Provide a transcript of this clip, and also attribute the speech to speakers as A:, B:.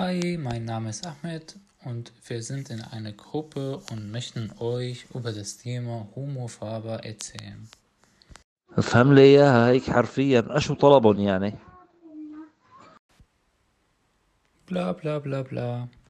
A: Hi, mein Name ist Ahmed und wir sind in einer Gruppe und möchten euch über das Thema Homophaber erzählen.
B: افهم لي اياها هيك حرفيا اشو طلبهم يعني
A: Bla bla bla bla.